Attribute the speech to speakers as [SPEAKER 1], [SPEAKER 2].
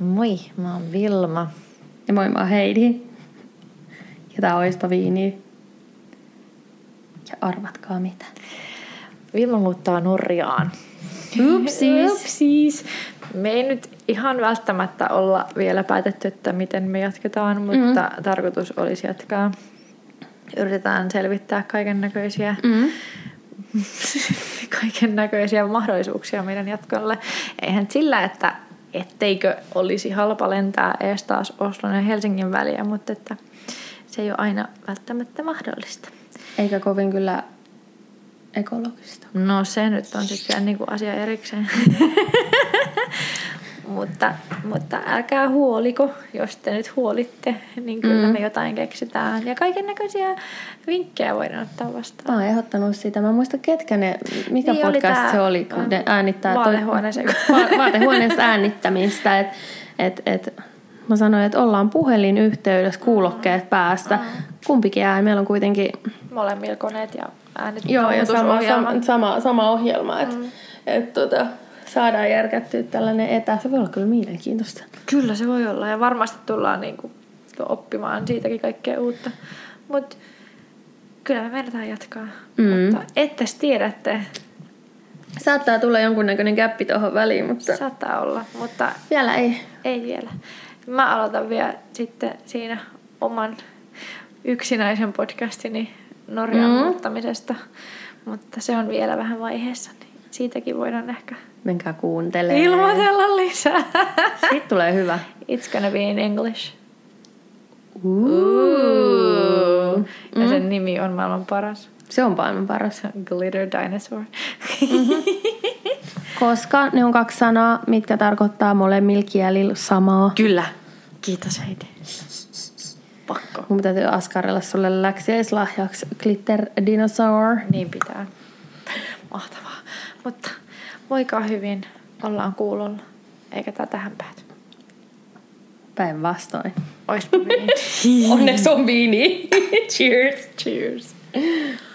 [SPEAKER 1] Moi, mä oon Vilma.
[SPEAKER 2] Ja moi, mä oon Heidi. Ja tää on Oispa Viini. Ja arvatkaa mitä.
[SPEAKER 1] Vilma muuttaa Norjaan.
[SPEAKER 2] Upsis.
[SPEAKER 1] Upsis. Me ei nyt ihan välttämättä olla vielä päätetty, että miten me jatketaan, mutta mm-hmm. tarkoitus olisi jatkaa. Yritetään selvittää kaiken näköisiä
[SPEAKER 2] Mm.
[SPEAKER 1] kaiken näköisiä mahdollisuuksia meidän jatkolle. Eihän sillä, että etteikö olisi halpa lentää ees taas Oslon ja Helsingin väliä, mutta että se ei ole aina välttämättä mahdollista.
[SPEAKER 2] Eikä kovin kyllä ekologista.
[SPEAKER 1] No se nyt on sitten niin kuin asia erikseen. mutta, mutta älkää huoliko, jos te nyt huolitte, niin kyllä mm. me jotain keksitään. Ja kaiken näköisiä vinkkejä voidaan ottaa vastaan.
[SPEAKER 2] Mä oon ehdottanut sitä. Mä en muista ketkä ne, mikä
[SPEAKER 1] Niin,
[SPEAKER 2] niin
[SPEAKER 1] oli
[SPEAKER 2] podcast
[SPEAKER 1] tää-
[SPEAKER 2] se oli, kun ne äänittää. toi-
[SPEAKER 1] Vaatehuoneeseen.
[SPEAKER 2] Va- vaatehuoneessa äänittämistä. Et, et, et, mä sanoin, että ollaan puhelinyhteydessä, kuulokkeet päästä. Kumpikin ääni. Meillä on kuitenkin
[SPEAKER 1] Molemmilla koneet ja äänet.
[SPEAKER 2] Joo, ja sama,
[SPEAKER 1] nauhoitusohjelma.
[SPEAKER 2] sama, sama, sama ohjelma, että mm. et, tota, saadaan järkättyä tällainen etä. Se voi olla kyllä mielenkiintoista.
[SPEAKER 1] Kyllä se voi olla ja varmasti tullaan niin kuin, oppimaan siitäkin kaikkea uutta. Mutta kyllä me meinataan jatkaa. Mm. Mutta ettes tiedätte,
[SPEAKER 2] Saattaa tulla jonkunnäköinen käppi tuohon väliin, mutta Sa-
[SPEAKER 1] saattaa olla, mutta
[SPEAKER 2] vielä ei.
[SPEAKER 1] ei vielä. Mä aloitan vielä sitten siinä oman yksinäisen podcastini Norjan mm. muuttamisesta, mutta se on vielä vähän vaiheessa, niin siitäkin voidaan ehkä
[SPEAKER 2] Menkää kuuntelemaan.
[SPEAKER 1] ilmoitella lisää.
[SPEAKER 2] Sitten tulee hyvä.
[SPEAKER 1] It's gonna be in English.
[SPEAKER 2] Ooh.
[SPEAKER 1] Ja sen nimi on maailman paras.
[SPEAKER 2] Se on maailman paras.
[SPEAKER 1] Glitter Dinosaur.
[SPEAKER 2] Koska ne on kaksi sanaa, mitkä tarkoittaa molemmilla kielillä samaa.
[SPEAKER 1] Kyllä. Kiitos Heidi. Pakko.
[SPEAKER 2] Mun täytyy askarella sulle läksiäislahjaksi Glitter Dinosaur.
[SPEAKER 1] Niin pitää. Mahtavaa. Mutta voikaa hyvin. Ollaan kuulolla. Eikä tää tähän pääty.
[SPEAKER 2] Päinvastoin.
[SPEAKER 1] Oispa hyvin.
[SPEAKER 2] Onneksi on viini. Cheers.
[SPEAKER 1] Cheers.